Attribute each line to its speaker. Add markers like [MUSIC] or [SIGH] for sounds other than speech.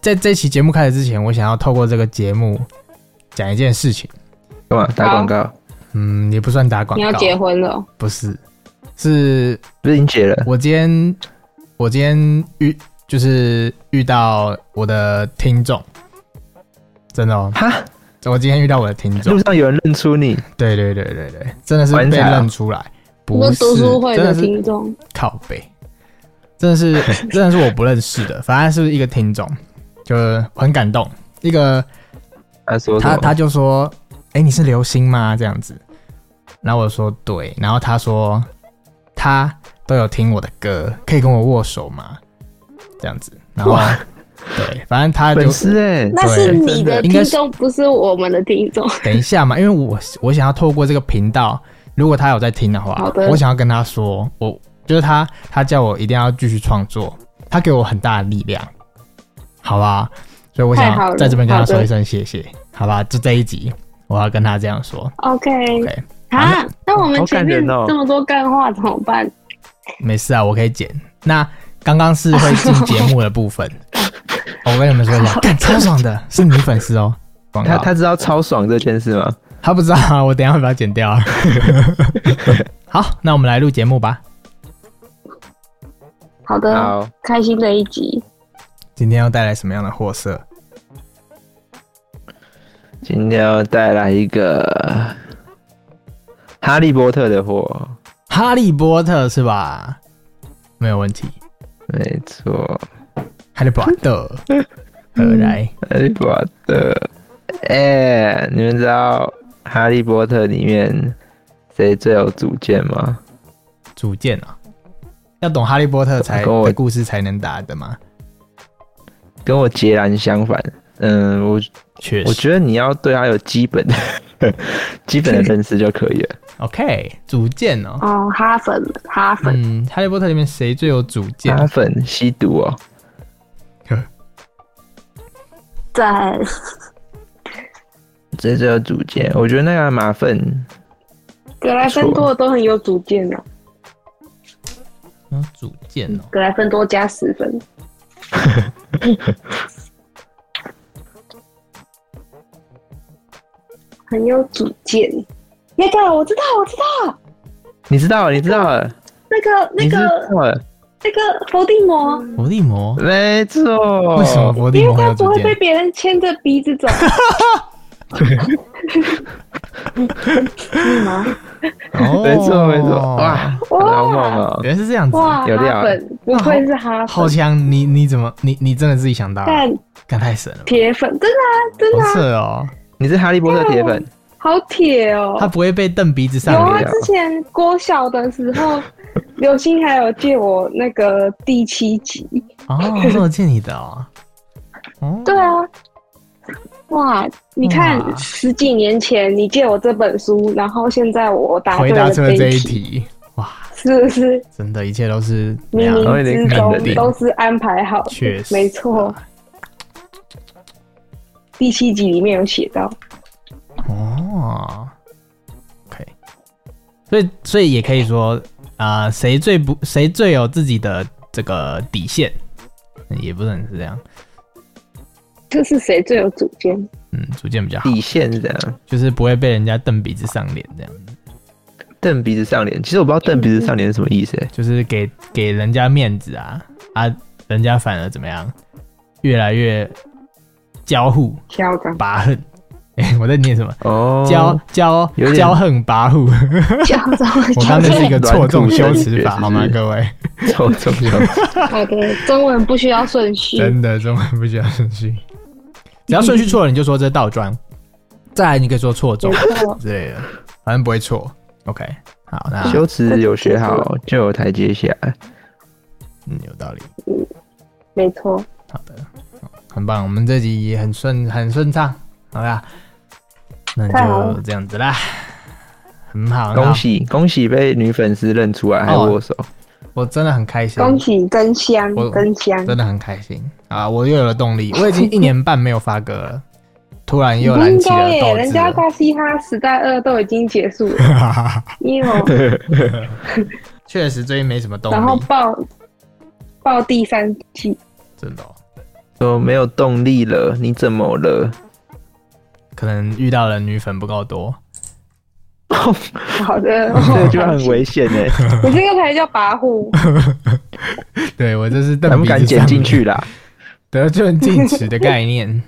Speaker 1: 在这期节目开始之前，我想要透过这个节目讲一件事情。
Speaker 2: 干嘛打广告？
Speaker 1: 嗯，也不算打广
Speaker 3: 你
Speaker 1: 告。
Speaker 3: 要结婚了，
Speaker 1: 不是，是
Speaker 2: 不是已经结了？
Speaker 1: 我今天我今天遇就是遇到我的听众，真的哦，
Speaker 2: 哈，
Speaker 1: 我今天遇到我的听众
Speaker 2: 路，上有人认出你，
Speaker 1: 对对对对对，真的是
Speaker 2: 玩
Speaker 1: 被
Speaker 2: 起来啊
Speaker 1: 认出来，
Speaker 3: 你
Speaker 1: 不
Speaker 3: 说
Speaker 1: 是
Speaker 3: 读书会
Speaker 1: 真
Speaker 3: 的
Speaker 1: 的是
Speaker 3: 听众，
Speaker 1: 靠背，真的是真的是我不认识的，反正是一个听众，就很感动。一个
Speaker 2: 他说什
Speaker 1: 他
Speaker 2: 么
Speaker 1: 他就说：“哎、你是刘星吗？”这样子，然后我说：“对。”然后他说：“他都有听我的歌，可以跟我握手吗？”这样子，然后
Speaker 2: 哇
Speaker 1: 对，反正他就
Speaker 2: 粉丝哎，
Speaker 3: 那是你的
Speaker 1: 应该
Speaker 3: 听
Speaker 1: 是
Speaker 3: 众，不是我们的听众。
Speaker 1: 等一下嘛，因为我我想要透过这个频道，如果他有在听的话
Speaker 3: 好，的
Speaker 1: 我想要跟他说，我就是他，他叫我一定要继续创作，他给我很大的力量，好吧？所以我
Speaker 3: 太好
Speaker 1: 想
Speaker 3: 了
Speaker 1: 在这边跟他
Speaker 3: 好
Speaker 1: 说
Speaker 3: 的
Speaker 1: 一声谢谢，好吧？就这一集，我要跟他这样说，
Speaker 3: OK，
Speaker 1: OK
Speaker 3: 啊，那我们
Speaker 2: 好
Speaker 3: 前
Speaker 2: 感
Speaker 3: 面
Speaker 2: 人哦
Speaker 3: 这么多干话怎么办？
Speaker 1: 没事啊，我可以剪。那刚刚是会进节目的部 [LAUGHS] 分，我跟你们说一下，干超爽的，是女粉丝哦，广告
Speaker 2: 他他知道超爽这件事吗？
Speaker 1: 他不知道啊，我等一下会把它剪掉啊。 [LAUGHS] 好，那我们来录节目吧。
Speaker 3: 好的，
Speaker 2: 好，
Speaker 3: 开心的一集。
Speaker 1: 今天要带来什么样的货色？
Speaker 2: 今天要带来一个哈利波特的货，
Speaker 1: 哈利波特是吧？没有问题。
Speaker 2: 没错，
Speaker 1: 哈利波 [LAUGHS] 特，呃，来，
Speaker 2: 哈利波特。哎、你们知道哈利波特里面谁最有主见吗？
Speaker 1: 主见啊，要懂哈利波特才
Speaker 2: 跟我
Speaker 1: 的故事才能打的吗？
Speaker 2: 跟我截然相反。嗯，我
Speaker 1: 确
Speaker 2: 我
Speaker 1: 实。
Speaker 2: 觉得你要对他有基本的 [LAUGHS] 基本的认识就可以了。
Speaker 1: OK，主见哦。
Speaker 3: 哦，哈粉，哈粉，
Speaker 1: 嗯，哈利波特里面谁最有主见？
Speaker 2: 打粉吸毒哦，
Speaker 1: [LAUGHS]
Speaker 3: 在
Speaker 2: 这就有主见。我觉得那个马粪，
Speaker 3: 格莱芬多都很有主见啊，
Speaker 1: 有主见哦。
Speaker 3: 格莱芬多加十
Speaker 1: [LAUGHS]
Speaker 3: 分。很有主见，那个我知道，我知道，
Speaker 2: 你知道了，你知道了，
Speaker 3: 那个哦那
Speaker 2: 你知
Speaker 3: 个
Speaker 2: 道了，
Speaker 3: 那个伏地魔，
Speaker 1: 伏地魔？
Speaker 2: 没错。
Speaker 1: 为什么？伏地
Speaker 3: 因
Speaker 1: 魔
Speaker 3: 为
Speaker 1: 会
Speaker 3: 他
Speaker 1: 有
Speaker 3: 不
Speaker 1: 主
Speaker 3: 会被
Speaker 1: 见？
Speaker 3: 别人牵着鼻子
Speaker 1: [LAUGHS]
Speaker 3: 走。是吗？
Speaker 1: 哦
Speaker 2: [LAUGHS] 没错，没错。哇，好猛哦！
Speaker 1: 原来是这样子。
Speaker 3: 哇，
Speaker 2: [LAUGHS] 有料
Speaker 3: 哈粉不愧是哈
Speaker 1: 好
Speaker 3: 粉，
Speaker 1: 强！你你怎么你你真的自己想到？
Speaker 3: 但
Speaker 1: 干太神了吧，
Speaker 3: 铁粉真的啊，真的
Speaker 1: 好
Speaker 3: 啊，
Speaker 1: 扯哦！
Speaker 2: 你是哈利波特铁粉，
Speaker 3: 好铁哦。
Speaker 1: 他不会被瞪鼻子
Speaker 3: 有
Speaker 1: 上
Speaker 3: 啊，
Speaker 1: 脸。
Speaker 2: 脸啊
Speaker 3: 之前郭小的时候，刘星还有借我那个第七集。
Speaker 1: 哦，是我见你的哦。哦，
Speaker 3: 对啊，哇，你
Speaker 1: 哇
Speaker 3: 看十几年前你借我这本书，然后现在我答对
Speaker 1: 回答
Speaker 3: 了
Speaker 1: 出了这
Speaker 3: 一
Speaker 1: 一
Speaker 3: 题，
Speaker 1: 题，哇，
Speaker 3: 是不是
Speaker 1: 真的，一切都是那
Speaker 3: 冥
Speaker 1: 样，
Speaker 3: 冥之
Speaker 1: 有点肯
Speaker 3: 中
Speaker 1: 定
Speaker 3: 都是安排好的？
Speaker 1: 确实，
Speaker 3: 没错，。第七集里面有写到。
Speaker 1: 哦，OK，所以所以也可以说啊，呃谁、最不谁最有自己的这个底线，嗯也不能是这样，
Speaker 3: 这是谁最有主见？
Speaker 1: 嗯，逐渐比较好，
Speaker 2: 底线是怎样？
Speaker 1: 就是不会被人家瞪鼻子上脸这样子，
Speaker 2: 瞪鼻子上脸。其实我不知道瞪鼻子上脸是什么意思、欸。
Speaker 1: 就是给给人家面子啊啊，人家反而怎么样，越来越交互
Speaker 3: 嚣
Speaker 1: [LAUGHS]
Speaker 3: 张，
Speaker 1: 拔恨。哎、我在念什么？
Speaker 2: 哦，
Speaker 1: 骄骄
Speaker 2: 有点
Speaker 1: 骄横跋扈，
Speaker 3: 嚣张，
Speaker 1: 我刚刚那
Speaker 3: 骄
Speaker 1: 是一个
Speaker 2: 软
Speaker 1: 错
Speaker 2: 骨
Speaker 1: 综修
Speaker 2: 神 [LAUGHS]
Speaker 1: 辞
Speaker 2: 学
Speaker 1: 法，
Speaker 2: 是
Speaker 1: 好
Speaker 2: 不
Speaker 1: 吗，
Speaker 2: 是
Speaker 1: 各位？
Speaker 2: 重重重。
Speaker 1: [LAUGHS]
Speaker 3: 张好的，中文不需要顺序。
Speaker 1: 真的中文不需要顺序，只要顺序错了你就说这是倒装，再来你可以说错中
Speaker 3: 没错，
Speaker 1: 之类的，反正不会错。OK，好，那
Speaker 2: 修辞有学
Speaker 3: [LAUGHS]
Speaker 2: 好，就有台阶下。
Speaker 1: 嗯有道理，
Speaker 3: 没错，
Speaker 1: 好的，好很棒，我们这集也很顺很顺畅，好啦，那
Speaker 3: 太好
Speaker 1: 就
Speaker 3: 了
Speaker 1: 这样子啦，很好，很好
Speaker 2: 恭，喜恭喜被女粉丝认出来，还
Speaker 1: 哦
Speaker 2: 握手。
Speaker 1: 我真的很开心，
Speaker 3: 恭喜真香
Speaker 1: 我，
Speaker 3: 真香。
Speaker 1: 真的很开心啊！我又有了动力，我已经一年半没有发歌
Speaker 3: [LAUGHS]
Speaker 1: 了，突然又
Speaker 3: 不
Speaker 1: 燃
Speaker 3: 应
Speaker 1: 起
Speaker 3: 该
Speaker 1: 了
Speaker 3: 耶，
Speaker 1: 斗
Speaker 3: 人
Speaker 1: 志
Speaker 3: 家
Speaker 1: 了。
Speaker 3: 大嘻哈时代二都已经结束了， [LAUGHS] 你有
Speaker 1: [LAUGHS]
Speaker 3: [LAUGHS]
Speaker 1: 确实最近没什么动
Speaker 3: 然后
Speaker 1: 力，
Speaker 3: 报报第三季，
Speaker 1: 真的、哦。
Speaker 2: 说没有动力了，你怎么
Speaker 1: [LAUGHS]
Speaker 2: 了？
Speaker 1: 可能遇到的女粉不够多。
Speaker 3: 好 [LAUGHS] 的，
Speaker 2: 这句话很危险哎、
Speaker 3: 你这个才叫跋扈。
Speaker 1: 对我这是
Speaker 2: 咱
Speaker 1: 邓
Speaker 2: 们
Speaker 1: 鼻
Speaker 2: 敢
Speaker 1: 子
Speaker 2: 剪
Speaker 1: 上 [LAUGHS]
Speaker 2: 进去啦。
Speaker 1: 得寸进尺的概念。